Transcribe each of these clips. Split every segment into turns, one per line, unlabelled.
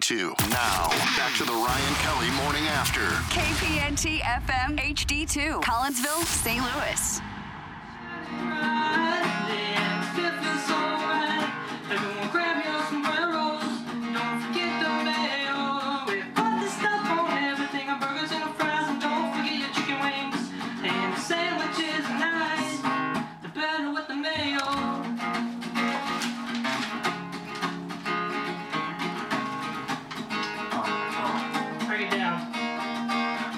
Two. Now, back to the Ryan Kelly Morning After.
KPNT FM HD2, Collinsville, St. Louis.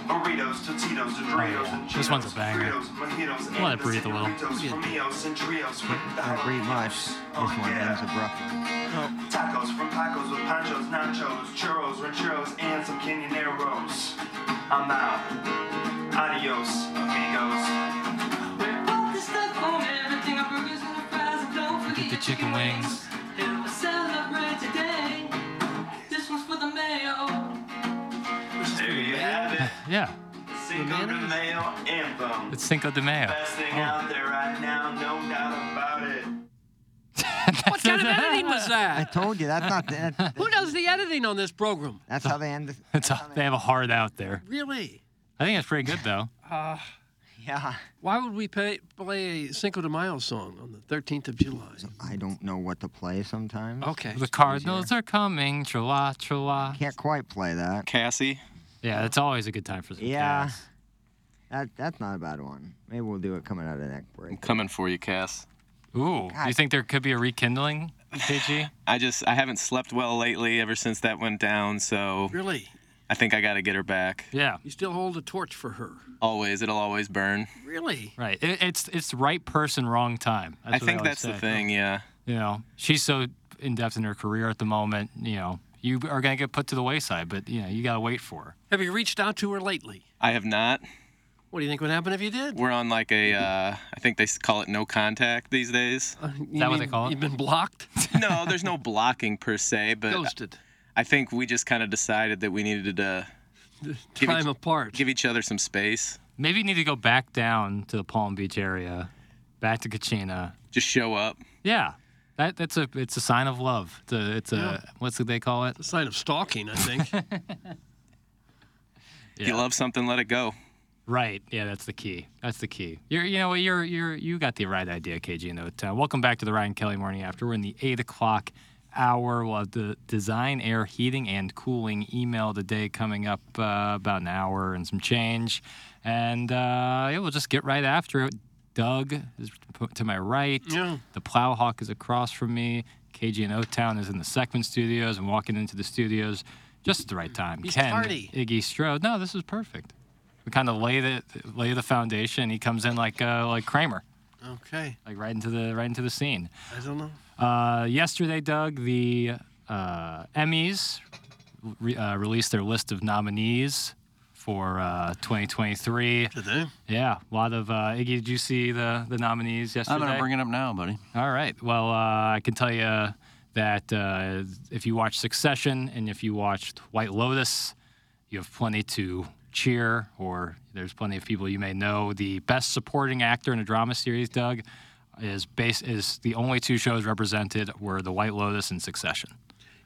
Burritos, Totitos, and Doritos, and Cheetos,
This one's a banger.
Doritos, mojitos,
I wanna
and
breathe a little.
Doritos, Romeos, and Trios with the
I agree much.
jalapenos.
This
Oh,
one
yeah.
ends abruptly.
Tacos from tacos with panchos, nachos, churros, rancheros, and some Canyoneros. I'm out. Adios, amigos.
Get the chicken wings.
There you have it.
Yeah,
Cinco de Mayo anthem.
it's Oh. Cinco de Mayo.
Best thing out there right now, no doubt about it.
What kind of editing was
I
that?
told you that's not. That,
Who does the editing on this program?
that's how they end. The,
It's a, they have a hard out there.
Really?
I think that's pretty good though.
yeah.
Why would we pay, play a Cinco de Mayo song on the 13th of July?
I don't know what to play sometimes.
Okay.
The Cardinals are coming, chua chua.
Can't quite play that.
Cassie.
Yeah, it's always a good time for some
Yeah.
jazz.
That that's not a bad one. Maybe we'll do it coming out of that
I'm
break.
coming for you, Cass.
Ooh, do you
God.
think there could be a rekindling, KG?
I just I haven't slept well lately ever since that went down, so
Really?
I think I gotta get her back.
Yeah,
You still hold a torch for her?
Always, it'll always burn.
Really?
right. It, it's it's right person, wrong time. That's
I
what
think
always
that's the
say.
thing, yeah.
You know, she's so in depth in her career at the moment. You know, you are gonna get put to the wayside, but you know you gotta wait for her.
Have you reached out to her lately?
I have not.
What do you think would happen if you did?
We're on like a uh I think they s- call it no contact these days.
Is
that what they call it?
You've been blocked,
No, there's no blocking per se, but
ghosted,
I think we just kind of decided that we needed to give
time
each,
apart.
give each other some space.
Maybe you need to go back down to the Palm Beach area, back to Kachina.
Just show up.
Yeah, that that's a it's a sign of love. It's a, it's a what's what they call it?
a sign of stalking, I think.
If
Yeah.
you love something, let it go.
Right. Yeah, that's the key. That's the key. You're, you know, what, you're, you're, you got the right idea, KG. And the town. Welcome back to the Ryan Kelly Morning After. We're in the eight o'clock hour. We'll have the design, air, heating, and cooling email today coming up uh, about an hour and some change. And uh, yeah, we'll just get right after it. Doug is to my right.
Yeah.
The Plowhawk is across from me. KG and O Town is in the Sequin Studios. I'm walking into the studios just at the right time.
He's
Ken,
tardy.
Iggy Strode. No, this is perfect. We kind of lay the lay the foundation. He comes in like uh, like Kramer,
okay.
like right into the right into the scene.
I don't know.
Uh, yesterday, Doug, the uh, Emmys re- uh, released their list of nominees for uh, 2023.
Did they?
Yeah, a lot of uh, Iggy. Did you see the the nominees yesterday?
I'm gonna bring it up now, buddy.
All right. Well, uh, I can tell you that uh, if you watch Succession and if you watched White Lotus, you have plenty to cheer, or there's plenty of people you may know. The best supporting actor in a drama series, Doug, is base is the only two shows represented were The White Lotus and Succession.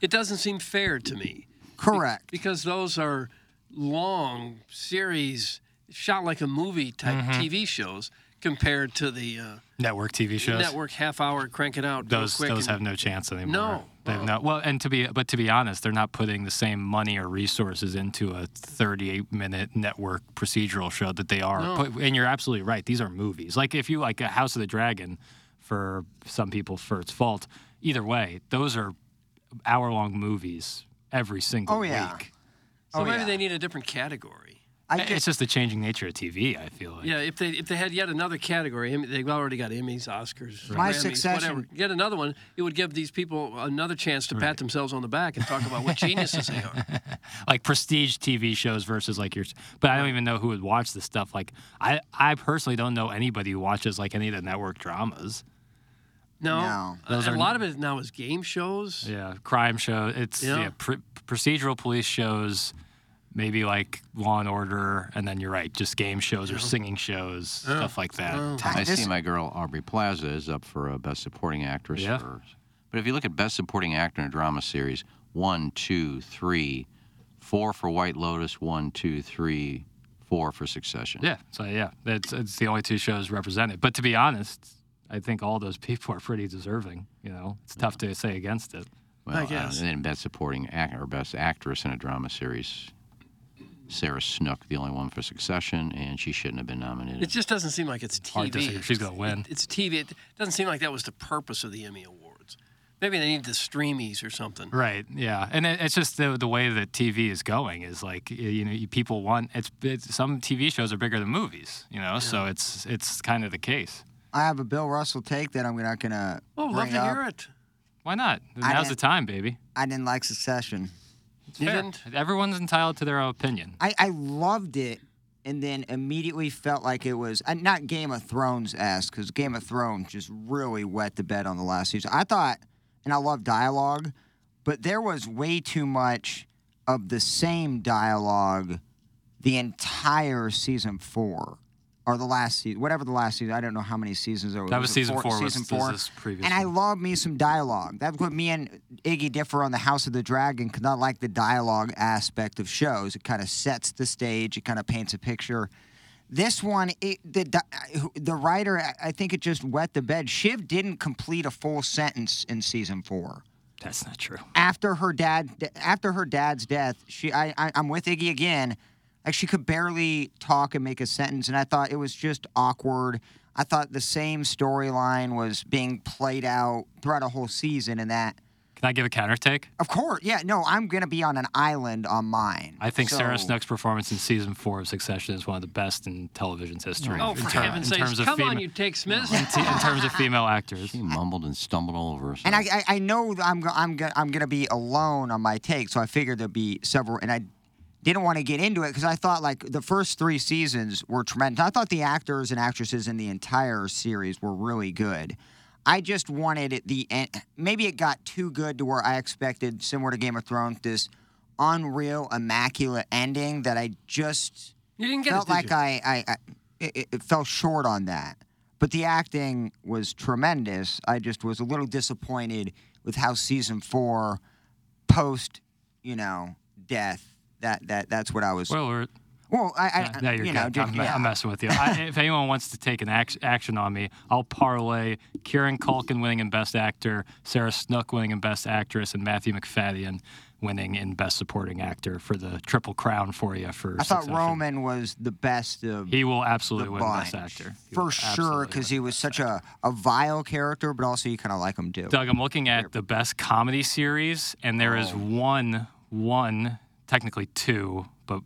It doesn't seem fair to me
Correct.
because those are long series, shot like a movie type TV shows compared to the uh,
Network TV shows.
network half hour crank it out. real
Those
quick
those
and-
have no chance anymore.
No,
They've not well, and to be but to be honest, they're not putting the same money or resources into a 38-minute network procedural show that they are.
No.
put- and you're absolutely right; these are movies. Like if you like a House of the Dragon, for some people for its fault. Either way, those are hour-long movies every single
Oh, yeah.
week.
So
Oh,
maybe
yeah.
they need a different category.
it's just the changing nature of TV. I feel like.
Yeah, if they if they had yet another category, Emmy- they've already got Emmys, Oscars,
My
Grammys,
Succession-
whatever. Get another one, it would give these people another chance to pat themselves on the back and talk about what geniuses they are.
like prestige TV shows versus like yours. But I don't even know who would watch this stuff. Like I, I personally don't know anybody who watches like any of the network dramas.
No, a-
Those
a,
are-
lot of it now is game shows.
Yeah, crime show. It's
Yeah.
yeah, pr- procedural police shows. Maybe like Law and Order, and then you're right, just game shows or singing shows,
Yeah.
stuff like that.
Oh.
I see my girl Aubrey Plaza is up for a Best Supporting Actress.
Yeah.
For, but if you look at Best Supporting Actor in a Drama Series, one, two, three, four for White Lotus, one, two, three, four for Succession.
Yeah. So yeah, that's it's the only two shows represented. But to be honest, I think all those people are pretty deserving. You know, it's tough to say against it.
Well, uh, and then Best Supporting Actor or Best Actress in a Drama Series, Sarah Snook, the only one for Succession, and she shouldn't have been nominated.
It just doesn't seem like it's TV.
Hard to say. She's gonna
It-
win.
it's TV. It doesn't seem like that was the purpose of the Emmy Awards. Maybe they need the streamies or something.
Right. Yeah. And it, it's just the the way that TV is going is like y- you know you- people want it's, it's some TV shows are bigger than movies. You know, so it's it's kind of the case.
I have a Bill Russell take that I'm not gonna.
Oh, love
bring
to
up.
hear
it.
Why not?
I
Now's the
didn't-
time, baby.
I didn't like Succession.
It's fair. Everyone's entitled to their own opinion.
I, I loved it, and then immediately felt like it was uh, not Game of Thrones esque because Game of Thrones just really wet the bed on the last season. I thought, and I love dialogue, but there was way too much of the same dialogue the entire season four. Or the last season, whatever the last season, I don't know how many seasons there was.
That was season
it
four, was-
Season
was
four.
this previous
and I love me some dialogue. That's what me and Iggy differ on the House of the Dragon because I like the dialogue aspect of shows. It kind of sets the stage. It kind of paints a picture. This one, it, the di- the writer, I- I think it just wet the bed. Shiv didn't complete a full sentence in season four.
That's not true.
After her dad, after her dad's death, she, I, I I'm with Iggy again. Like she could barely talk and make a sentence, and I thought it was just awkward. I thought the same storyline was being played out throughout a whole season, and that,
Can I give a counter take?
of course, yeah, no, I'm gonna be on an island on mine.
I think Sarah
So-
Snook's performance in season four of Succession is one of the best in television's history.
Oh,
in
for
ter-
heaven's
in
sakes!
terms of
Come on,
female-
you take Smith.
in, t- in terms of female actors. She
mumbled and stumbled all over herself.
And I, I, I know that I'm, go- I'm, go- I'm gonna be alone on my take, so I figured there'd be several, and I didn't want to get into it because I thought like the first three seasons were tremendous. I thought the actors and actresses in the entire series were really good. I just wanted at the end, maybe it got too good to where I expected, similar to Game of Thrones, this unreal, immaculate ending that I just
You didn't get it,
felt
did
like
you?
I, I, I it, it- it fell short on that. But the acting was tremendous. I just was a little disappointed with how season four, post, you know, death. That that that's what I was.
Spoiler alert.
Well, I, I
No, you're
Uh, you
good.
know, did-
I'm,
yeah.
I'm messing with you. I, if anyone wants to take an act, action on me, I'll parlay Kieran Culkin winning in Best Actor, Sarah Snook winning in Best Actress, and Matthew McFadden winning in Best Supporting Actor for the Triple Crown for you. For
I thought
Succession.
Roman was the best of
He will absolutely
the
win
bunch,
Best Actor. He will
for sure because he was such a, a vile character, but also you kind of like him too.
Doug, I'm looking at the best comedy series, and there
Oh.
is one, one, technically two, but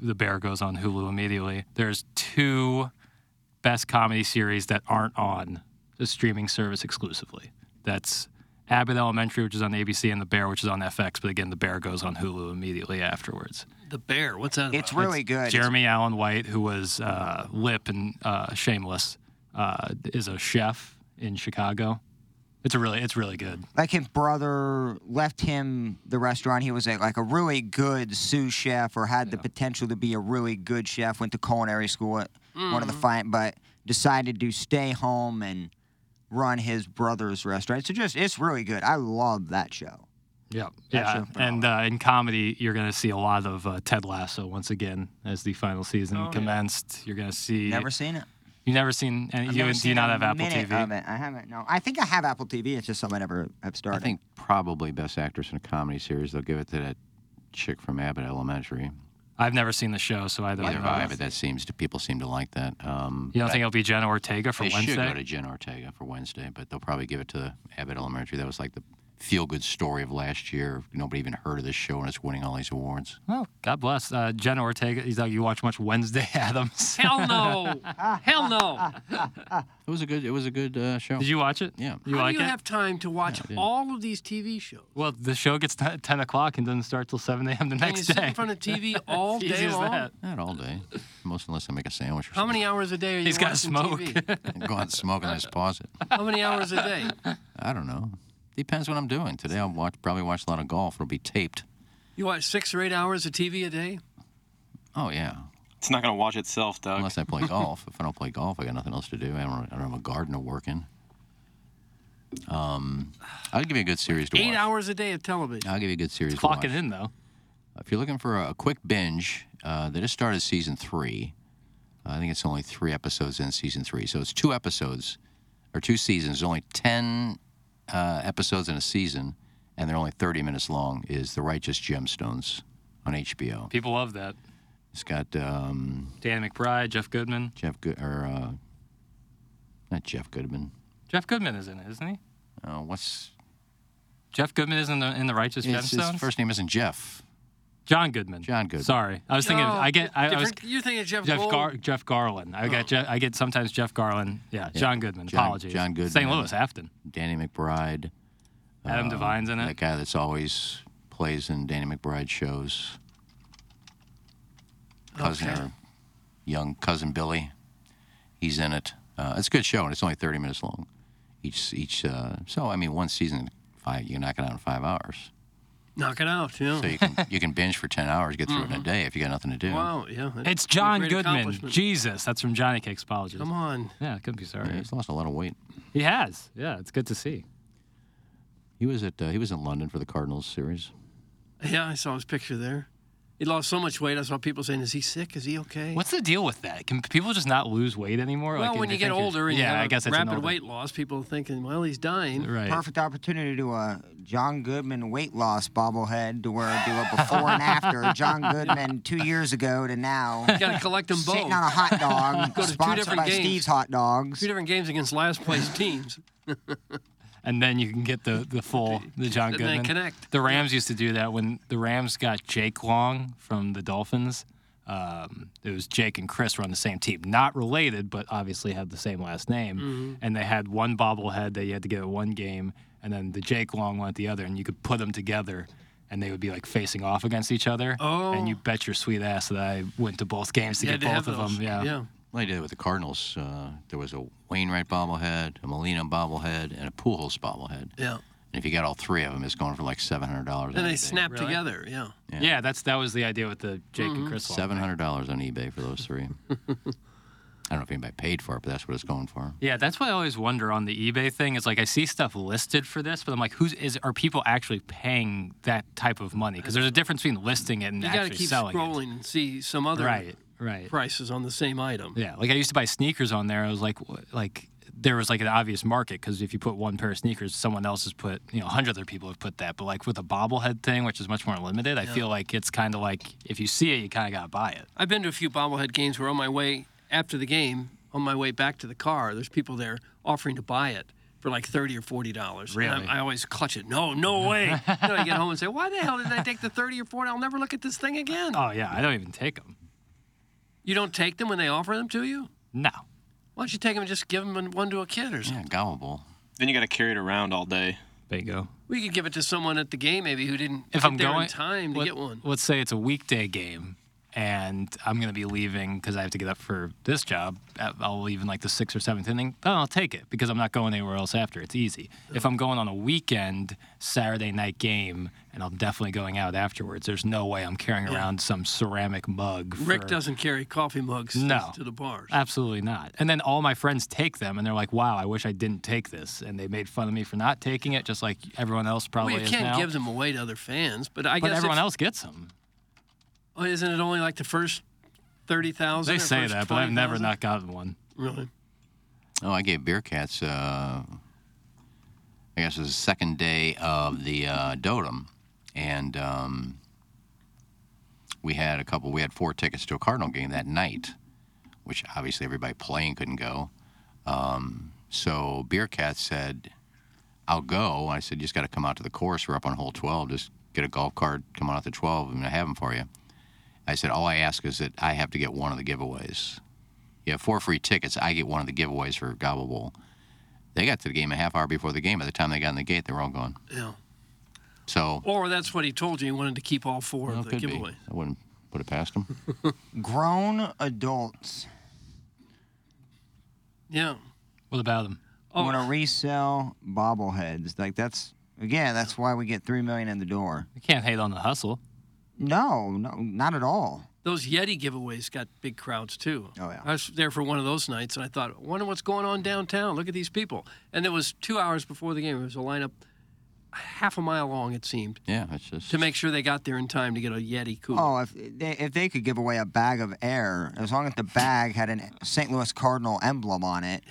the bear goes on Hulu immediately. There's two best comedy series that aren't on the streaming service exclusively. That's Abbott Elementary, which is on ABC, and The Bear, which is on FX. But again, The Bear goes on Hulu immediately afterwards.
The bear. What's that?
It's
about?
really good.
Jeremy Allen White, who was uh, Lip and uh, Shameless, uh, is a chef in Chicago. It's a really, it's really good.
like his brother left him the restaurant. He was a, like a really good sous chef, or had the potential to be a really good chef. Went to culinary school at one
Mm.
of the fine, but decided to stay home and run his brother's restaurant. So just it's really good. I love that show.
Yeah,
That's
yeah, and uh, in comedy, you're going to see a lot of uh, Ted Lasso once again as the final season
Oh, yeah.
commenced. You're going to see
Never seen it.
You've never seen? Any,
I've
you
never
do you
seen
not
a
have Apple
minute
TV?
of it. I haven't. No, I think I have Apple TV. It's just something I never have started.
I think probably Best Actress in a Comedy Series. They'll give it to that chick from Abbott Elementary.
I've never seen the show, so I don't
Either
know.
have I, but that seems to people seem to like that. Um,
You don't
but
think it'll be Jenna Ortega for
they
Wednesday?
should go to Jen Ortega for Wednesday, but they'll probably give it to Abbott Elementary. That was like the feel-good story of last year. Nobody even heard of this show, and it's winning all these awards.
Well, God bless uh, Jenna Ortega. He's like, you watch much Wednesday Adams?
Hell no. Hell no.
It was a good. It was a good uh, show.
Did you watch it?
Yeah.
You
How
like
do you
it?
have time to watch all of these TV shows?
well, the show gets t- 10 o'clock and doesn't start till 7 a.m. the
and you
next
sit
day.
in front of TV all
Easy
day
as
long.
that.
Not all day. Most unless I make a sandwich or
How many hours a day are you
He's gotta
watching TV?
something. go out and smoke and I just pause it.
How many hours a day?
I don't know. Depends what I'm doing. Today I'll watch probably watch a lot of golf. It'll be taped.
You watch six or eight hours of TV a day?
Oh yeah.
It's not going to watch itself, Doug.
Unless I play golf. If I don't play golf, I got nothing else to do. I don't, I don't have a garden to work in. Um, I'll give you a good series to
Eight
watch.
hours a day of television.
I'll give you a good series to watch.
Clocking in, though.
If you're looking for a a quick binge, uh, they just started season three. I think it's only three episodes in season three, so it's two episodes or two seasons. Only ten uh, episodes in a season, and they're only 30 minutes long. Is The Righteous Gemstones on HBO?
People love that.
It's got um,
Dan McBride, Jeff Goodman.
Jeff Good or uh, not Jeff Goodman.
Jeff Goodman is in it, isn't he?
Uh, what's
Jeff Goodman is in the, in the Righteous
his, his
Gemstones?
first name? Isn't Jeff?
John Goodman.
John Goodman.
Sorry. I was thinking,
No,
of, I get, I, I was,
different- you're thinking of Jeff,
Jeff,
Gold.
Gar- Jeff Garland. I got Jeff, I get sometimes Jeff Garland. Yeah, John Goodman.
Oh. John-
Apologies.
John Goodman.
St. Louis, Afton.
Danny McBride. Um,
Adam Devine's in
That
it.
guy that's always plays in Danny McBride shows. Cousin or young cousin Billy, he's in it. Uh, it's a good show, and it's only 30 minutes long. Each each. Uh, so I mean, one season, five. You knock it out in five hours.
Knock it out, yeah.
So you can you can binge for 10 hours, get through it in a day if you got nothing to do.
Wow, yeah. that's
It's
a
John
great
Goodman.
accomplishment.
Jesus. That's from Johnny Cakes. Apologies.
Come on.
Yeah, couldn't be sorry.
Yeah, He's lost a lot of weight.
He has. Yeah, it's good to see.
He was at uh, he was in London for the Cardinals series.
Yeah, I saw his picture there. He lost so much weight. I saw people saying, "Is he sick? Is he okay?"
What's the deal with that? Can people just not lose weight anymore?
well,
Like,
when
they
you get
think you're-
older and
yeah,
you have
I guess
a
it's an
rapid
older-
weight loss, people are thinking, "Well, he's dying."
Right.
Perfect opportunity to a John Goodman weight loss bobblehead to where do a before and after John Goodman two years ago to now
You gotta collect them both.
sitting on a hot dog
Go to two
sponsored
different
by
games.
Steve's Hot Dogs.
Two different games against last place teams.
and then you can get the the full the John
Then they
Goodman.
connect.
The Rams used to do that when the Rams got Jake Long from the Dolphins. Um, it was Jake and Chris were on the same team, not related, but obviously had the same last name.
Mm-hmm.
And they had one bobblehead that you had to get at one game, and then the Jake Long one at the other, and you could put them together. And they would be like facing off against each other. Oh. And you bet your sweet ass that I went to both games to
You had
get
to have
both of
those.
them. Yeah.
yeah.
Well, they did it with the Cardinals. Uh, there was a Wainwright bobblehead, a Molina bobblehead, and a Pujols bobblehead.
Yeah.
And if you got all three of them, it's going for like seven hundred dollars.
Then
on
they
eBay.
snap together. Yeah.
Yeah. that's that was the idea with the Jake
Mm-hmm.
and Chris one.
seven hundred dollars on eBay for those three. I don't know if anybody paid for it, but that's what it's going for.
Yeah, that's what I always wonder on the eBay thing. Is like I see stuff listed for this, but I'm like, who's is? Are people actually paying that type of money? Because there's a difference between listing it and
You gotta
actually
keep
selling
scrolling and see some
it.
other
Right, right.
prices on the same item.
Yeah, like I used to buy sneakers on there. I was like, wh- like there was like an obvious market because if you put one pair of sneakers, someone else has put, you know, a hundred other people have put that. But like with a bobblehead thing, which is much more limited, I feel like it's kind of like if you see it, you kind of gotta buy it.
I've been to a few bobblehead games where on my way after the game, on my way back to the car, there's people there offering to buy it for like thirty or forty dollars.
Really?
And I, I always clutch it. No, no way. you know, I get home and say, Why the hell did I take the thirty or forty? I'll never look at this thing again.
Oh yeah, I don't even take them.
You don't take them when they offer them to you?
No.
Why don't you take them and just give them one to a kid or something?
Yeah, gobble.
Then you got to carry it around all day.
Bingo.
We could give it to someone at the game maybe who didn't
if
get
I'm
there
going
in time to get one.
Let's say it's a weekday game, and I'm going to be leaving because I have to get up for this job. uh, I'll leave in like the sixth or seventh inning. Then I'll take it because I'm not going anywhere else after. It's easy. If I'm going on a weekend Saturday night game, and I'm definitely going out afterwards, there's no way I'm carrying around some ceramic mug.
Rick
for-
doesn't carry coffee mugs
No.
to the bars.
Absolutely not. And then all my friends take them, and they're like, "Wow, I wish I didn't take this," and they made fun of me for not taking it, just like everyone else
well,
probably
you
is
can't
now.
give them away to other fans, but I
but
guess
everyone
if-
else gets them.
Oh, isn't it only like the first thirty thousand?
They say that, but I've never not gotten one.
Really?
Oh, I gave Beer Cats. Uh, I guess it was the second day of the uh, Dotem, and um, we had a couple. We had four tickets to a Cardinal game that night, which obviously everybody playing couldn't go. Um, so Beer Cat said, "I'll go." I said, "You just got to come out to the course. We're up on hole 12. Just get a golf cart, come on out to 12, and I have them for you." I said, "All I ask is that I have to get one of the giveaways." You have four free tickets. I get one of the giveaways for Gobble Bowl. They got to the game a half hour before the game. By the time they got in the gate, they were all gone.
Yeah.
So
Or that's what he told you. He wanted to keep all four of the
could be.
giveaway.
I wouldn't put it past them.
Grown adults.
Yeah.
What about them?
Oh.
Want to resell bobbleheads? Like that's again, that's why we get three million in the door.
You can't hate on the hustle.
No, no, not at all.
Those Yeti giveaways got big crowds too.
Oh yeah.
I was there for one of those nights, and I thought, I wonder what's going on downtown. Look at these people. And it was two hours before the game. It was a lineup half a mile long, it seemed,
yeah, it's just
to make sure they got there in time to get a Yeti cooler.
Oh, if they, if they could give away a bag of air, as long as the bag had an St. Louis Cardinal emblem on it.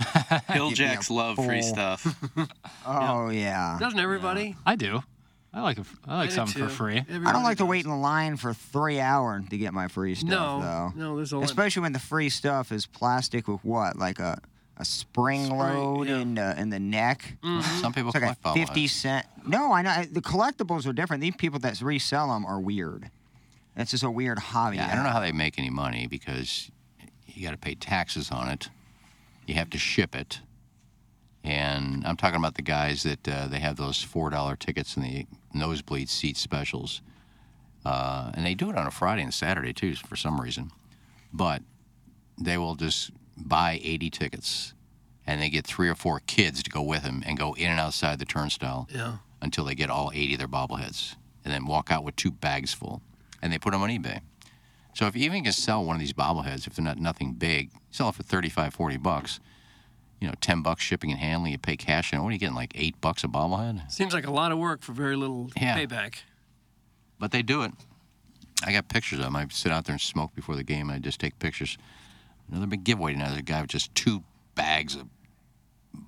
Hill
you'd be a
Jacks love free
fool.
stuff.
Oh yeah.
Doesn't everybody?
I do. I like a, I like
do
something for
too.
free.
I don't like to wait in line for three hours to get my free stuff
No,
though.
no, there's a limit.
Especially when the free stuff is plastic with what, like a a spring, load in the in the neck.
Mm-hmm. Some people
It's like
collect
a
bobbleheads.
fifty cent. No, I know I- the collectibles are different. These people that resell them are weird. That's just a weird hobby.
Yeah, I don't know how they make any money because you got to pay taxes on it. You have to ship it. And I'm talking about the guys that uh, they have those $4 tickets in the nosebleed seat specials. Uh, and they do it on a Friday and Saturday too for some reason. But they will just buy 80 tickets and they get three or four kids to go with them and go in and outside the turnstile
Yeah.
until they get all 80 of their bobbleheads and then walk out with two bags full and they put them on eBay. So if you even can sell one of these bobbleheads, if they're not nothing big, sell it for 35, 40 bucks, you know, 10 bucks shipping and handling, you pay cash and what are you getting, like eight bucks a bobblehead?
Seems like a lot of work for very little
Yeah.
payback.
But they do it. I got pictures of them. I sit out there and smoke before the game and I just take pictures. Another big giveaway tonight. There's a guy with just two bags of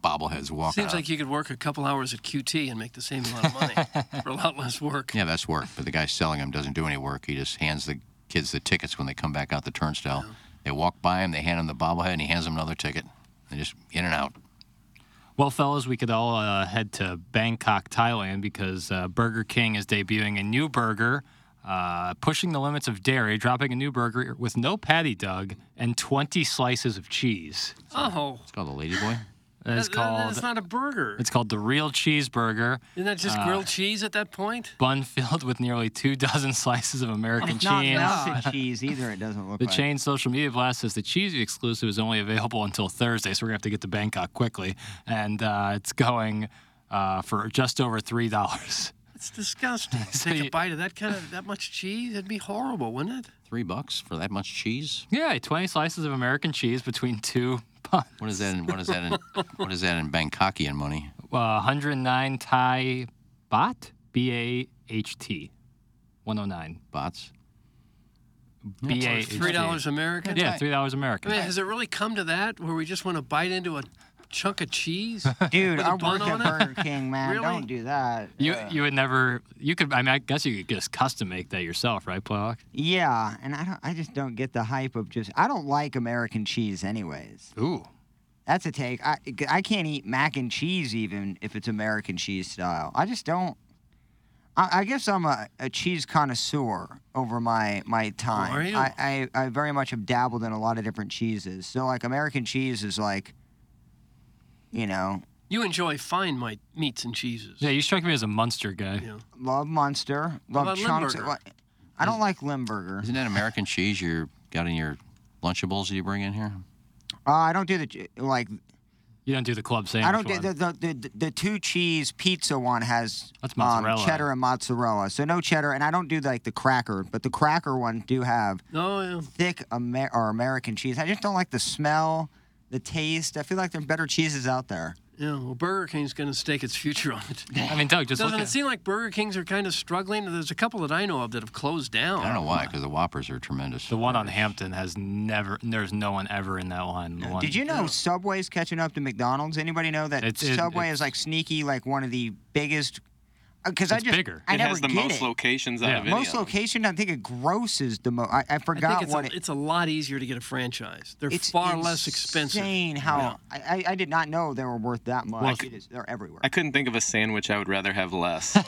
bobbleheads walking
Seems
out.
like you could work a couple hours at QT and make the same amount of money for a lot less work.
Yeah, that's work. But the guy selling them doesn't do any work. He just hands the kids the tickets when they come back out the turnstile. They walk by him, they hand him the bobblehead, and he hands them another ticket. They just in and out.
Well, fellas, we could all uh, head to Bangkok, Thailand, because uh, Burger King is debuting a new burger, uh, pushing the limits of dairy, dropping a new burger with no patty, Doug, and 20 slices of cheese.
Oh,
It's called the Lady Boy.
It's called
That's not a burger.
it's called the real cheeseburger,
Isn't that just
Uh,
grilled cheese at that point?
bun filled with nearly two dozen slices of American
It's
Oh,
not
cheese.
melted cheese either. It doesn't look
The
like.
chain's social media blast says the cheesy exclusive is only available until Thursday, so we're gonna have to get to Bangkok quickly, and uh, it's going uh, for just over three dollars.
It's disgusting.
So
Take a
you-
bite of that kind of that much cheese. It'd be horrible, wouldn't it?
Three bucks for that much cheese?
Yeah, 20 slices of American cheese between two buns.
What is that? In, what is that? In, what is that in Bangkokian money?
Uh, 109 Thai baht, B A H T. 109.
Bots.
B A H T.
Three dollars American.
Yeah, three dollars American.
I mean, has it really come to that where we just want to bite into a chunk of cheese?
Dude,
With a
I
bun
work at
on it?
Burger King, man.
Really?
Don't do that.
You
Uh,
you would never you could I mean I guess you could just custom make that yourself, right, Plock?
yeah, and I don't. I just don't get the hype of just. I don't like American cheese, anyways.
Ooh.
That's a take. I I can't eat mac and cheese even if it's American cheese style. I just don't. I, I guess I'm a, a cheese connoisseur over my my time.
Oh, are you?
I, I I very much have dabbled in a lot of different cheeses. So like American cheese is like, you know,
You enjoy fine mi- meats and cheeses.
Yeah, you strike me as a Munster guy.
Yeah.
love Munster, love
about
chunks.
Limburger?
I don't like Limburger.
Isn't that American cheese you got in your Lunchables that you bring in here?
Uh, I don't do the ch- like.
You don't do the club sandwich.
I don't do
one.
the the, the the the two cheese pizza one has
That's
um,
mozzarella.
cheddar and mozzarella. So no cheddar, and I don't do like the cracker, but the cracker one do have
No, yeah.
thick Amer- or American cheese. I just don't like the smell, the taste. I feel like there are better cheeses out there.
Yeah, well, Burger King's going to stake its future on it.
I mean, Doug, just
doesn't
look
it
at-
seem like Burger Kings are kind of struggling? There's a couple that I know of that have closed down.
I don't know why, because the Whoppers are tremendous. The
one on Hampton has never. There's no one ever in that line. one.
Did you know Subway's catching up to McDonald's? Anybody know that
It's- it-
Subway is like sneaky, like one of the biggest? Because I
It's
just
bigger.
I
It
never
has the
get
most
it.
locations out Yeah. of any of
Most
them.
locations, I think it grosses the most. I, I forgot
I think it's,
what
a,
it.
it's a lot easier to get a franchise. They're
it's
far less expensive.
Insane
Oh.
how I, I, I did not know they were worth that much.
Well,
it is, they're everywhere,
I couldn't think of a sandwich I would rather have less.
in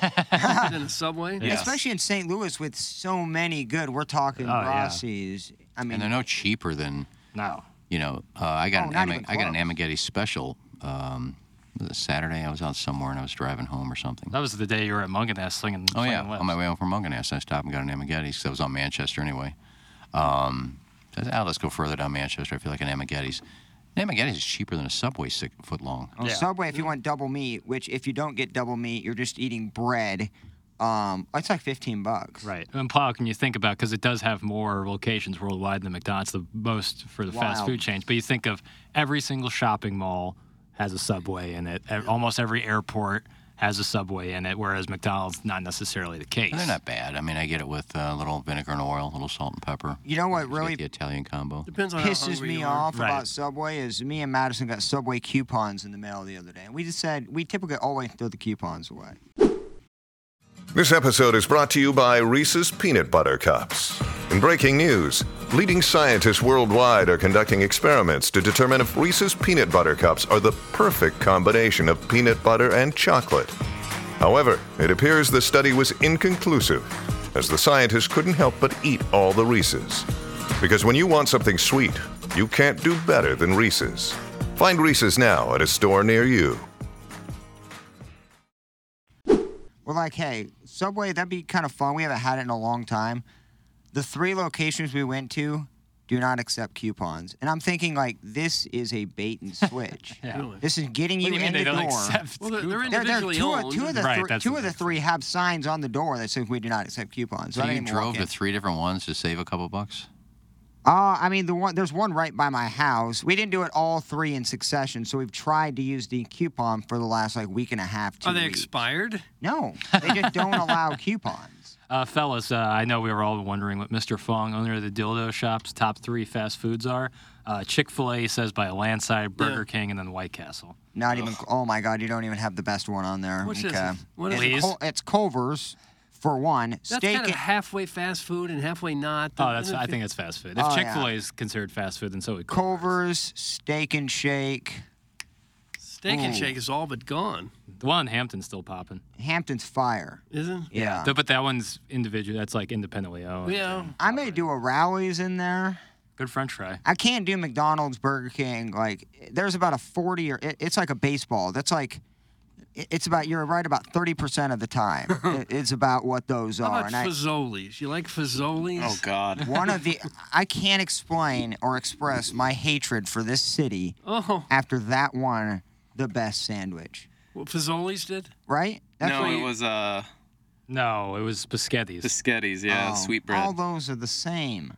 a Subway.
Yes.
especially in St. Louis with so many good. We're talking
Oh,
Rossi's. I mean,
and they're no cheaper than.
No.
You know, uh, I got
Oh,
an
not
Ama-
even
I got an
close.
Amaghetti special. Um, was it Saturday? I was out somewhere and I was driving home or something.
That was the day you were at Munganess slinging.
Oh yeah,
slinging whips.
on my way home from Munganess, I stopped and got an Amaghetti because I was on Manchester anyway. Um, so I said, "Ah, let's go further down Manchester. I feel like an Amaghetti's. An Amaghetti's is cheaper than a Subway six foot long.
On Subway, if you want double meat, which if you don't get double meat, you're just eating bread. Um, it's like 15 bucks.
Right. And Paul, can you think about because it does have more locations worldwide than McDonald's, the most for the fast
Wow.
food chains. But you think of every single shopping mall has a subway in it. ev- Almost every airport has a subway in it, whereas McDonald's not necessarily the case.
And they're not bad. I mean, I get it with uh, a little vinegar and oil, a little salt and pepper.
You know what
Just get
really
the Italian combo.
pisses me off
Right.
about Subway is me and Madison got Subway coupons in the mail the other day, and we just said we typically always throw the coupons away.
This episode is brought to you by Reese's Peanut Butter Cups. In breaking news, leading scientists worldwide are conducting experiments to determine if Reese's Peanut Butter Cups are the perfect combination of peanut butter and chocolate. However, it appears the study was inconclusive, as the scientists couldn't help but eat all the Reese's. Because when you want something sweet, you can't do better than Reese's. Find Reese's now at a store near you.
We're like, hey, Subway, that'd be kind of fun. We haven't had it in a long time. The three locations we went to do not accept coupons, and I'm thinking like this is a bait and switch. This is getting
What
you,
do you mean
in
they
the
don't
door.
accept
Well, they're- they're
There- there are
individually
two, of-
owned.
two of the
Right,
three,
that's
two
the
of the three have signs on the door that says we do not accept coupons.
So
I
you
didn't even walk
drove
in.
to three different ones to save a couple bucks.
Uh, I mean, the one there's one right by my house. We didn't do it all three in succession, so we've tried to use the coupon for the last like week and a half. Two
Are they
weeks.
expired?
No, they just don't allow coupons.
Uh, fellas, uh, I know we were all wondering what Mr. Fong, owner of the Dildo Shop's top three fast foods are. Uh, Chick fil A says by a landslide, Burger King, and then White Castle.
Not even. Oh my God, you don't even have the best one on there.
Which is
okay.
it? What is it?
it's,
Please?
Col- it's Culver's, for one.
That's
Steak.
kind of
and-
halfway fast food and halfway not.
Uh,
Oh, that's. I think that's fast food. If
Oh, yeah.
Chick fil A is considered fast food, then so would
Culver's, Steak and Shake.
Steak
oh.
and Shake is all but gone.
The one in Hampton's still popping.
Hampton's Fire.
Isn't?
Yeah.
Th- But that one's individual. That's like independently owned.
Yeah. I may do a Rowley's in there.
Good French fry.
I can't do McDonald's, Burger King. Like, there's about a 40 or it, it's like a baseball. That's like, it- it's about, you're right about 30% of the time. It- it's about what those
How
are.
about
and I,
Fazoli's? You like Fazoli's?
Oh God.
one of the, I can't explain or express my hatred for this city
Oh.
after that one, the best sandwich.
What Fazoli's did?
Right?
no,
what
it
you-
was uh.
No, it was Biscetti's.
Biscetti's, yeah,
Oh,
sweet bread.
All those are the same.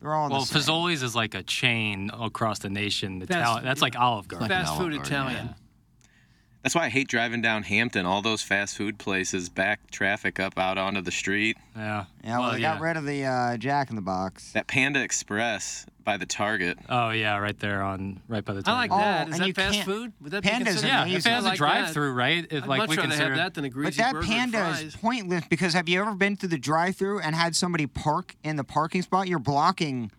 They're all
Well,
the same.
Fazoli's is like a chain across the nation. Itali-
Fast-
That's, like Olive Garden.
Fast Like an food Olive Garden, Italian. That's why I hate driving down Hampton. All those fast food places back traffic up out onto the street.
Yeah.
Yeah, well, they got rid of the uh, Jack in the Box.
That Panda Express by the Target.
Oh yeah, right there on right by the.
I like
Oh,
that. Is
and
that
you
fast
can't-
food? Would that be
Panda's
considered?
Yeah, if it has a drive-through, right? If,
I'd
like
much
we
rather
consider,
have that than a
But
greasy
that
burger and
panda
fries.
is pointless because have you ever been to the drive-through and had somebody park in the parking spot? You're blocking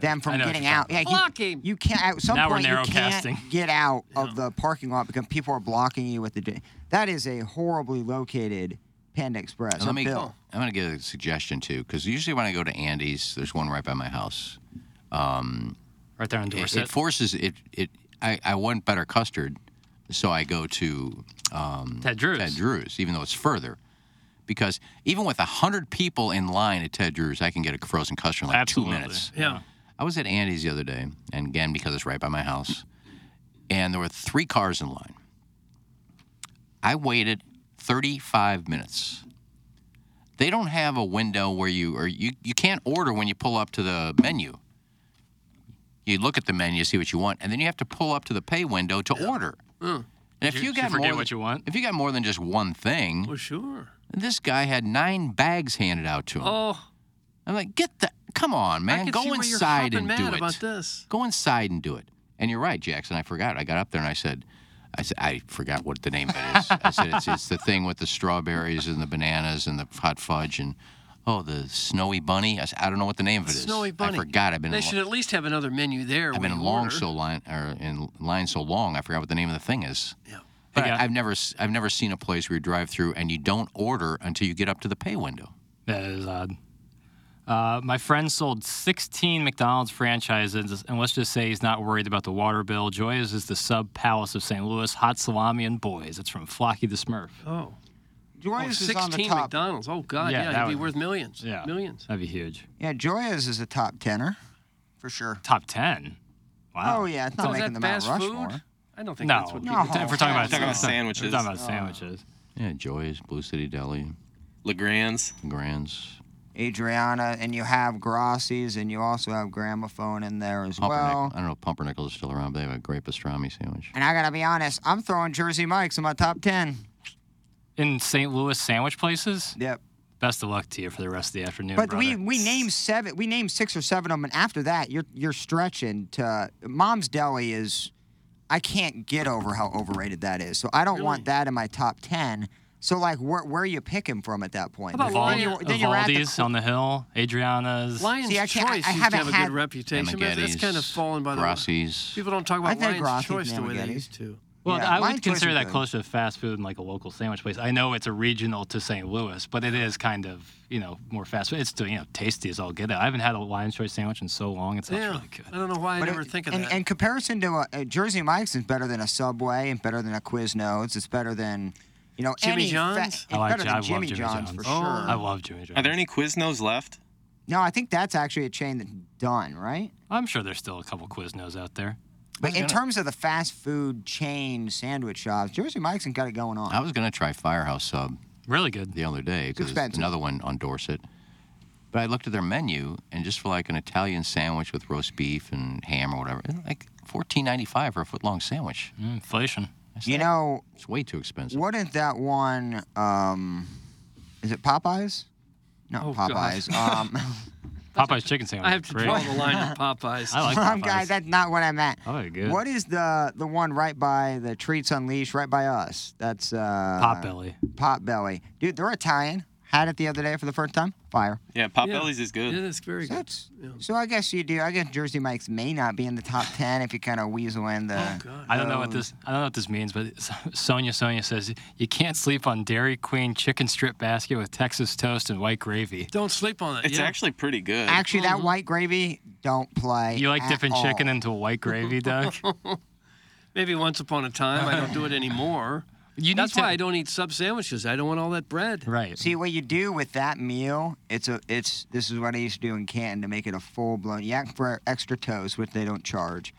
them
I
from
know what
getting
you're
out.
talking
Yeah,
about.
you, you can't. At some
Now we're
point, you
narrowcasting.
can't get out of the parking lot because people are blocking you with the. dri- That is a horribly located Panda Express.
And let
a
me.
bill.
I'm gonna give a suggestion too, because usually when I go to Andy's, there's one right by my house. Um,
right there on
it,
Dorset.
it forces it. It. I, I want better custard, so I go to um,
Ted Drew's.
Ted Drew's, even though it's further, because even with hundred people in line at Ted Drew's, I can get a frozen custard in like
Absolutely.
two minutes.
Yeah.
I was at Andy's the other day, and again because it's right by my house, and there were three cars in line. I waited 35 minutes. They don't have a window where you or you, you can't order when you pull up to the menu.
Hmm.
You look at the menu, see what you want, and then you have to pull up to the pay window to order. And if
You-
you,
you
got
forget
more,
what you want.
if you got more than just one thing,
well, Oh, sure.
This guy had nine bags handed out to him.
Oh,
I'm like, get the, come on,
I
man,
can
go
see where you're
inside
hopping
and
mad
do it.
about this.
Go inside and do it. And you're right, Jackson. I forgot. I got up there and I said, I said, I forgot what the name of it is. I said, it's, it's the thing with the strawberries and the bananas and the hot fudge and oh, the snowy bunny. I said, I don't know what the name of it is.
Snowy bunny.
I forgot. I've been
They
in,
should at least have another menu there.
I've
when
been in
you
long
order.
so line or in line so long. I forgot what the name of the thing is. Yeah. But I, I've never s- I've never seen a place where you drive through and you don't order until you get up to the pay window.
That is odd. Uh, my friend sold 16 McDonald's franchises, and let's just say he's not worried about the water bill. Joyous is the sub palace of St. Louis, hot salami and boys. It's from Flocky the Smurf.
Oh.
Joyous is on the
16
top.
McDonald's. Oh, God.
Yeah,
Yeah,
that
it'd be
would-
worth millions. Yeah. Millions.
That'd be huge.
Yeah, Joya's is a top tenner, for sure.
Top ten. Wow.
Oh yeah, it's
So
not
is
making
that
the Mount
fast food?
Rushmore.
I don't think
No,
that's what
no.
people
If we're talking about,
Talking about sandwiches.
We're talking about
Oh.
Ah.
sandwiches.
Yeah, Joy's, Blue City Deli,
Legrand's.
Grand's.
Adriana, and you have Grassi's, and you also have Gramophone in there as
Pumpernickel.
well.
I don't know if Pumpernickel is still around, but they have a great pastrami sandwich.
And I gotta be honest, I'm throwing Jersey Mike's in my top ten.
In St. Louis sandwich places?
Yep.
Best of luck to you for the rest of the afternoon.
but
brother.
we we named seven, we named six or seven of them, and after that, you're you're stretching to Mom's Deli is. I can't get over how overrated that is, so I don't want that in my top ten. So like, where where are you picking from at that point?
Eval-
Then you're- then you're at the
Evaldi's on the hill, Adriana's.
Lion's
See, I
Choice
can't- I- I
used to
haven't
have a
had-
good reputation, but that's
Amigetti's,
kind of fallen by the
Grassi's.
People don't talk
I
about
think
Lion's
Grassi's
Choice the
and
way they
Amigetti's.
used to.
Well,
Yeah,
I
Lion's
would
Choice is
consider that
good.
close to fast food and like a local sandwich place. I know it's a regional to St. Louis, but it is kind of, you know, more fast food. It's still, you know, tasty as all get out. I haven't had a Lion's Choice sandwich in so long. It's not
Yeah,
really good.
I don't know why I
But
never
it-
think of
in,
that.
in comparison to a, a Jersey Mike's, is better than a Subway and better than a Quiznos. It's better than, you know,
Jimmy
any
John's?
Fa- it's
I like
better
Jim-
than
I love
Jimmy,
Jimmy
John's,
John's.
for
Oh.
sure.
I love Jimmy John's.
Are there any Quiznos left?
No, I think that's actually a chain that's done, right?
I'm sure there's still a couple Quiznos out there.
But in terms of the fast food chain sandwich shops, Jersey Mike's has got it going on.
I was gonna try Firehouse Sub
Really good.
the other day because
expensive.
another one on Dorset. But I looked at their menu and just for like an Italian sandwich with roast beef and ham or whatever, it's like fourteen ninety five for a foot long sandwich.
Mm, inflation.
You know,
It's way too expensive.
wouldn't that one? Um, is it Popeyes? Not
Oh, God.
Popeyes. Um,
Popeye's chicken sandwich.
I have to
Great.
draw the line at Popeyes.
I like
wrong
Popeyes.
guy. That's not what I meant.
I like it good.
What is the the one right by the Treats Unleashed, right by us? That's uh,
Potbelly.
Potbelly. Dude, they're Italian. Had it the other day for the first time. Fire.
Yeah, Potbelly's is good.
Yeah, that's very good.
That's, so I guess you do. I guess Jersey Mike's may not be in the top ten if you kind of weasel in the.
Oh, God.
I don't know what this. I don't know what this means, but Sonia Sonia says you can't sleep on Dairy Queen chicken strip basket with Texas toast and white gravy.
Don't sleep on it.
It's
yeah.
actually pretty good.
Actually, that white gravy don't play.
You like
at
dipping
all.
chicken into a white gravy, Doug?
Maybe once upon a time. I don't do it anymore.
You
That's
need to-
why I don't eat sub sandwiches. I don't want all that bread.
Right.
See what you do with that meal. It's a. It's this is what I used to do in Canton to make it a full blown. You ask for extra toast, which they don't charge.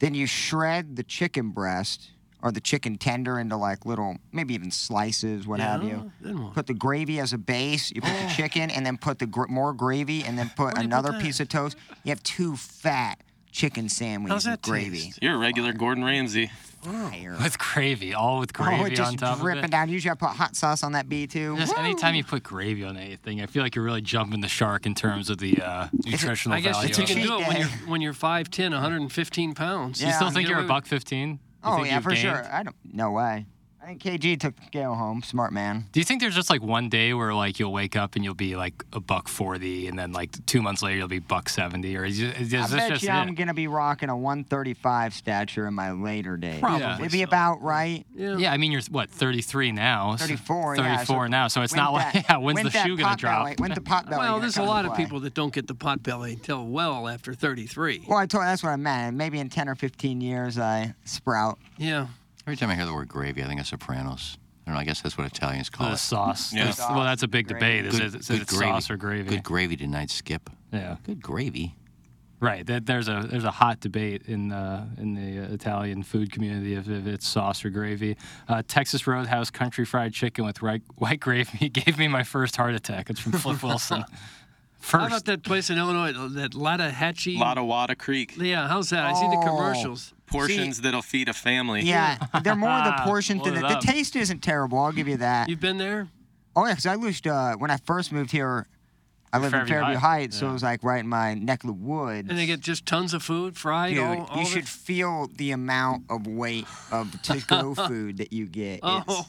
Then you shred the chicken breast or the chicken tender into like little, maybe even slices, what have you.
Then what? Oh.
Put the gravy as a base. You put the chicken, and then put the gr- more gravy, and then put
do you put
another
that?
piece of toast. You have two fat chicken sandwiches
How's
with
that
gravy.
taste?
You're a regular Gordon Ramsay.
Fire.
with gravy, all with
Oh,
gravy
it just
on top
dripping
of it.
down. Usually, I put hot sauce on that B too.
Just
Woo!
anytime you put gravy on anything, I feel like you're really jumping the shark in terms of the uh, nutritional
I guess
value.
you
It's a
of it.
can
cheat
do it
day.
when you're when you're 5'10", 115 pounds.
You
You still
Yeah.
think
Get
you're a
away
buck fifteen?
Oh yeah, for sure. I don't. No way. I think KG took Gail home. Smart man.
Do you think there's just like one day where like you'll wake up and you'll be like a buck forty, and then like two months later you'll be buck seventy, or is, is,
I
is this
bet
just
you
it?
I'm gonna be rocking a 135 stature in my later days.
Probably
It'd be
so.
about right.
with-
Yeah, I mean you're what 33 now. so-
34, yeah,
34
so
now, so it's
When's
not like
that-
yeah, when's the
that
shoe gonna
pot
drop?
belly- when's the pot belly?
Well,
gonna
there's a
come to
lot of
play?
people that don't get the pot belly until well after 33.
Well, I told that's what I meant. Maybe in 10 or 15 years, I sprout.
Yeah.
Every time I hear the word gravy, I think of Sopranos. I don't know. I guess that's what Italians
Oh,
call
the
it.
sauce.
Yeah.
That's- Well, that's a big debate. Is, it, is it sauce or gravy?
Good gravy tonight, Skip.
Yeah.
Good gravy.
Right. That, there's a there's a hot debate in the in the uh, Italian food community if, if it's sauce or gravy. Uh, Texas Roadhouse country fried chicken with white, white gravy gave me my first heart attack. It's from Flip Wilson.
How about
First.
that place in Illinois, that Latahatchee?
Lottawada Creek.
Yeah, how's that? I see the
Oh.
commercials.
portions that'll feed a family.
Yeah, they're more the
Ah,
portions than the, the taste isn't terrible. I'll give you that.
You've been there?
Oh yeah, because I lived uh, when I first moved here. I lived in
Fairview
Fairview Heights,
Heights,
so it was like right in my neck of the woods.
And they get just tons of food, fried.
Dude,
all, all
you
the-
should feel the amount of weight of to-go food that you get.
Oh.
It's,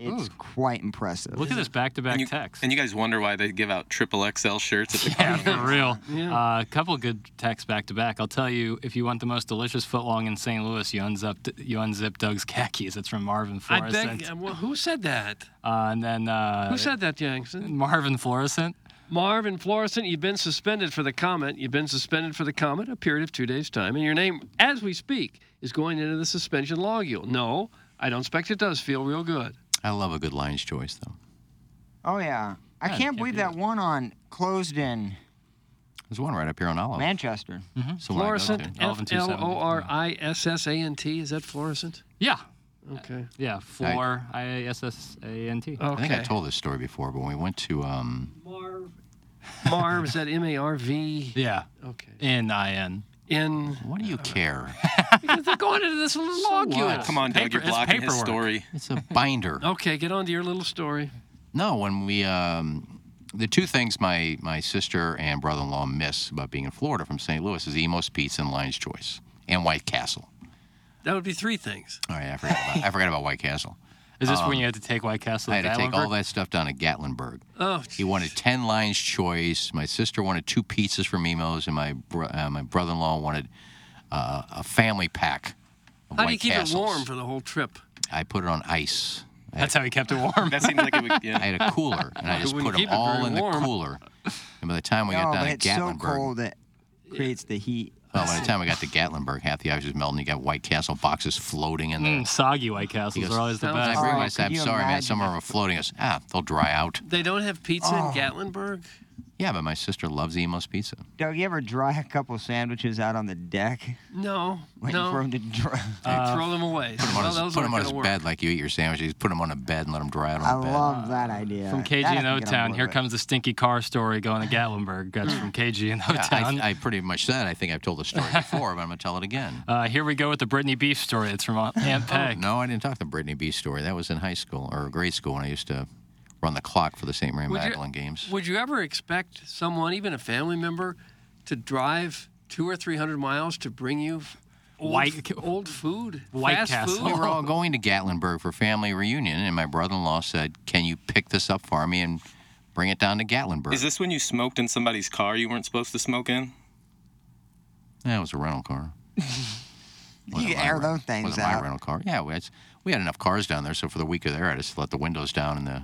it's quite impressive.
Look at this back-to-back
you,
text.
And you guys wonder why they give out triple XL shirts at the
Yeah, for real. Uh, a couple of good texts back to back. I'll tell you, if you want the most delicious footlong in St. Louis, you unzip you unzip Doug's khakis. It's from Marvin
I
Flores.
beg. uh, well, who said that?
Uh, and then uh,
Who said that, Jackson?
Marvin Florissant.
Marvin Florissant, you've been suspended for the comment. You've been suspended for the comment a period of two days' time, and your name, as we speak, is going into the suspension log. You'll no, I don't expect it does feel real good.
I love a good lion's choice, though.
Oh yeah, I
Yeah,
can't,
can't
believe that one on closed in
There's one right up here on Olive.
Manchester.
Someone I go
Florissant,
to.
F L O R I S S A N T. Is that Florissant?
Yeah.
Okay.
Yeah, Flor I S S A N T.
I think I told this story before, but when we went to um,
Marv. Marv is that M A R V?
Yeah.
Okay.
N I N.
In. Uh,
What do you care?
Because they're going into this little log unit.
Come on, Doug, you're blocking his story.
It's a binder.
Okay, get on to your little story.
No, when we um, the two things my my sister and brother-in-law miss about being in Florida from St. Louis is Emo's Pizza and Lion's Choice and White Castle.
That would be three things.
All right, I forgot about, I forgot about White Castle.
Is this when you had to take White Castle?
I
to
had to take
Gatlinburg?
all that stuff down to Gatlinburg.
Oh,
He wanted ten Lion's Choice. My sister wanted two pizzas from Emo's, and my bro- uh, my brother-in-law wanted uh, a family pack. Of
How do you
White
keep
Castles.
it warm for the whole trip?
I put it on ice. I
That's
had-
how he kept it warm.
That seems like it would. Yeah.
I had a cooler, and I
It
just
wouldn't
put them
keep it
all
very
in the
warm.
cooler. And by the time we
no,
got down
Oh, but
to
it's so
Gatlinburg,
cold that creates the heat.
well, by the time we got to Gatlinburg, half the ice was melting. You got White Castle boxes floating in there.
Mm, soggy White
He
Castles
goes,
are always the
I
best.
Oh,
realized, I'm sorry, man. Some of them are floating. He goes, ah, they'll dry out.
They don't have
Oh.
pizza in Gatlinburg?
Yeah, but my sister loves Emo's Pizza.
Doug, you ever dry a couple sandwiches out on the deck,
No.
waiting
no.
for them to dry?
They throw them away.
Uh, Put him on
well,
his,
those
put
aren't
'em on
gonna
his
work.
bed like you eat your sandwiches. Put him on a bed and let him dry out
I
on the bed.
love that idea.
From KG
That I
and
can
O
get on
Town,
board
here
with.
comes the stinky car story going to Gatlinburg. That's from KG and O
Yeah,
Town.
I, I pretty much said. I think I've told the story before, but I'm gonna tell it again.
Uh, here we go with the Brittany Beef story. It's from Aunt Aunt Peg.
Oh, No, I didn't talk the Brittany B story. That was in high school or grade school when I used to run the clock for the St. Mary
Would you-
Magdalene games.
Would you ever expect someone, even a family member, to drive two or three hundred miles to bring you f- old,
White-
old food?
White
fast
Castle.
We
Food?
were all going to Gatlinburg for family reunion, and my brother-in-law said, "Can you pick this up for me and bring it down to Gatlinburg?"
Is this when you smoked in somebody's car you weren't supposed to smoke in?
That was a rental car.
You can air those things
wasn't my
out.
rental car. Yeah, we had, we had enough cars down there, so for the week of there, I just let the windows down and the,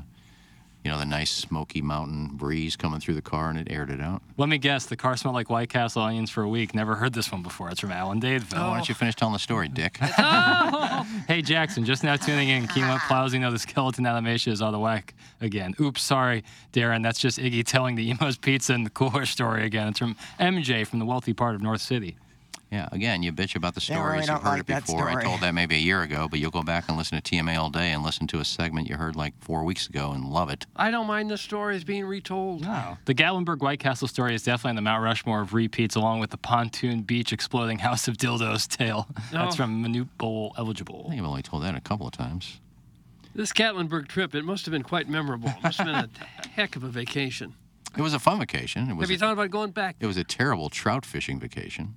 you know, the nice smoky mountain breeze coming through the car, and it aired it out.
Let me guess. The car smelled like White Castle onions for a week. Never heard this one before. It's from Alan Dadeville.
Oh.
Why don't you finish telling the story, Dick?
Hey Jackson, just now tuning in. Kima Plausino, the skeleton animation is out of whack again. Oops, sorry, Darren. That's just Iggy telling the Emo's Pizza and the Cooler story again. It's from MJ from the wealthy part of North City.
Yeah, again, you bitch about the
They really
stories.
don't
You've heard
like
it
that
before. I
story.
told that maybe a year ago, but you'll go back and listen to TMA all day and listen to a segment you heard like four weeks ago and love it.
I don't mind the stories being retold.
Wow. The Gatlinburg White Castle story is definitely on the Mount Rushmore of repeats, along with the pontoon beach exploding house of dildos tale. That's
Oh.
from Manute Bowl
I
eligible.
think I've only told that a couple of times.
This Gatlinburg trip, it must have been quite memorable. It must have been a heck of a vacation.
It was a fun vacation. It was
Have you
a-
thought about going back?
It was a terrible trout fishing vacation.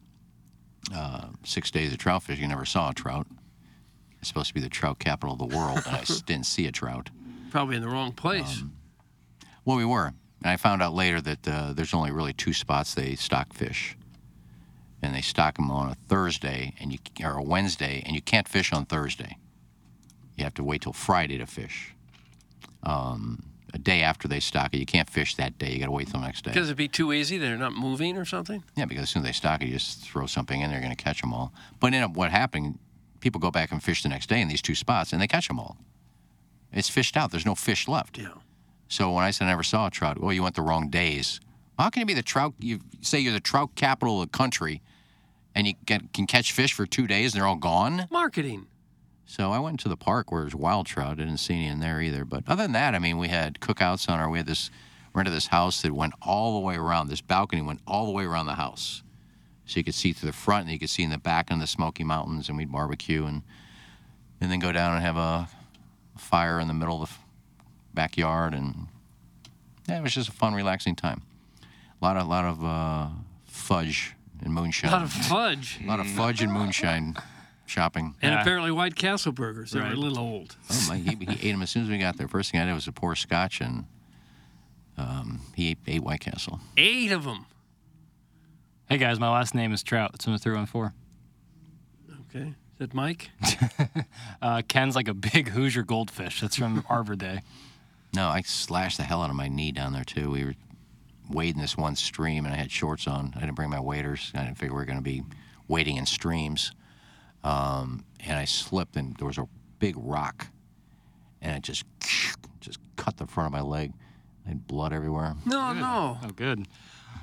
Uh, six days of trout fishing. I never saw a trout. It's supposed to be the trout capital of the world, and I s- didn't see a trout.
Probably in the wrong
Oh,
place.
Well, we were. And I found out later that uh, there's only really two spots they stock fish. And they stock them on a Thursday and you or a Wednesday, and you can't fish on Thursday. You have to wait till Friday to fish. Um, a day after they stock it, you can't fish that day. You got to wait till the next day.
Because it'd be too easy. They're not moving or something.
Yeah, because as soon as they stock it, you just throw something in, they're going to catch them all. But end up what happening, people go back and fish the next day in these two spots, and they catch them all. It's fished out. There's no fish left.
Yeah.
So when I said I never saw a trout, well, you went the wrong days. How can you be the trout? You say you're the trout capital of the country, and you can, can catch fish for two days, and they're all gone.
Marketing.
So I went to the park where there's wild trout. I didn't see any in there either. But other than that, I mean, we had cookouts on our. We had this rented this house that went all the way around. This balcony went all the way around the house. so you could see through the front and you could see in the back and the Smoky Mountains, and we'd barbecue and and then go down and have a fire in the middle of the f- backyard, and yeah, it was just a fun, relaxing time. A lot of lot of uh, fudge and moonshine.
A lot of fudge.
a lot of fudge and moonshine shopping.
And apparently, White Castle burgers they were a little old.
Oh my! He, he ate them as soon as we got there. First thing I did was a pour scotch, and um, he ate, ate White Castle.
Eight of them.
Hey guys, my last name is Trout. It's in the 314.
Okay. Is that Mike?
Uh, Ken's like a big Hoosier goldfish. That's from Arbor Day.
No, I slashed the hell out of my knee down there too. We were wading this one stream, and I had shorts on. I didn't bring my waders. I didn't figure we were going to be wading in streams. Um, and I slipped, and there was a big rock, and it just just cut the front of my leg. I had blood everywhere.
No, no.
Oh, good.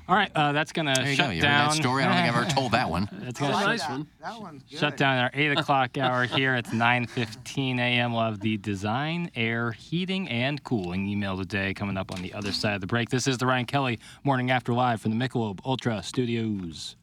All right, uh, that's gonna
There you
shut
go. You heard
down
that story? I don't think I've ever told that one.
that's
I
gonna
like
shut-
that.
That one's
Shut down our eight o'clock hour here. It's nine fifteen a.m. We'll have the design, air, heating, and cooling email today coming up on the other side of the break. This is the Ryan Kelly Morning After Live from the Michelob Ultra Studios.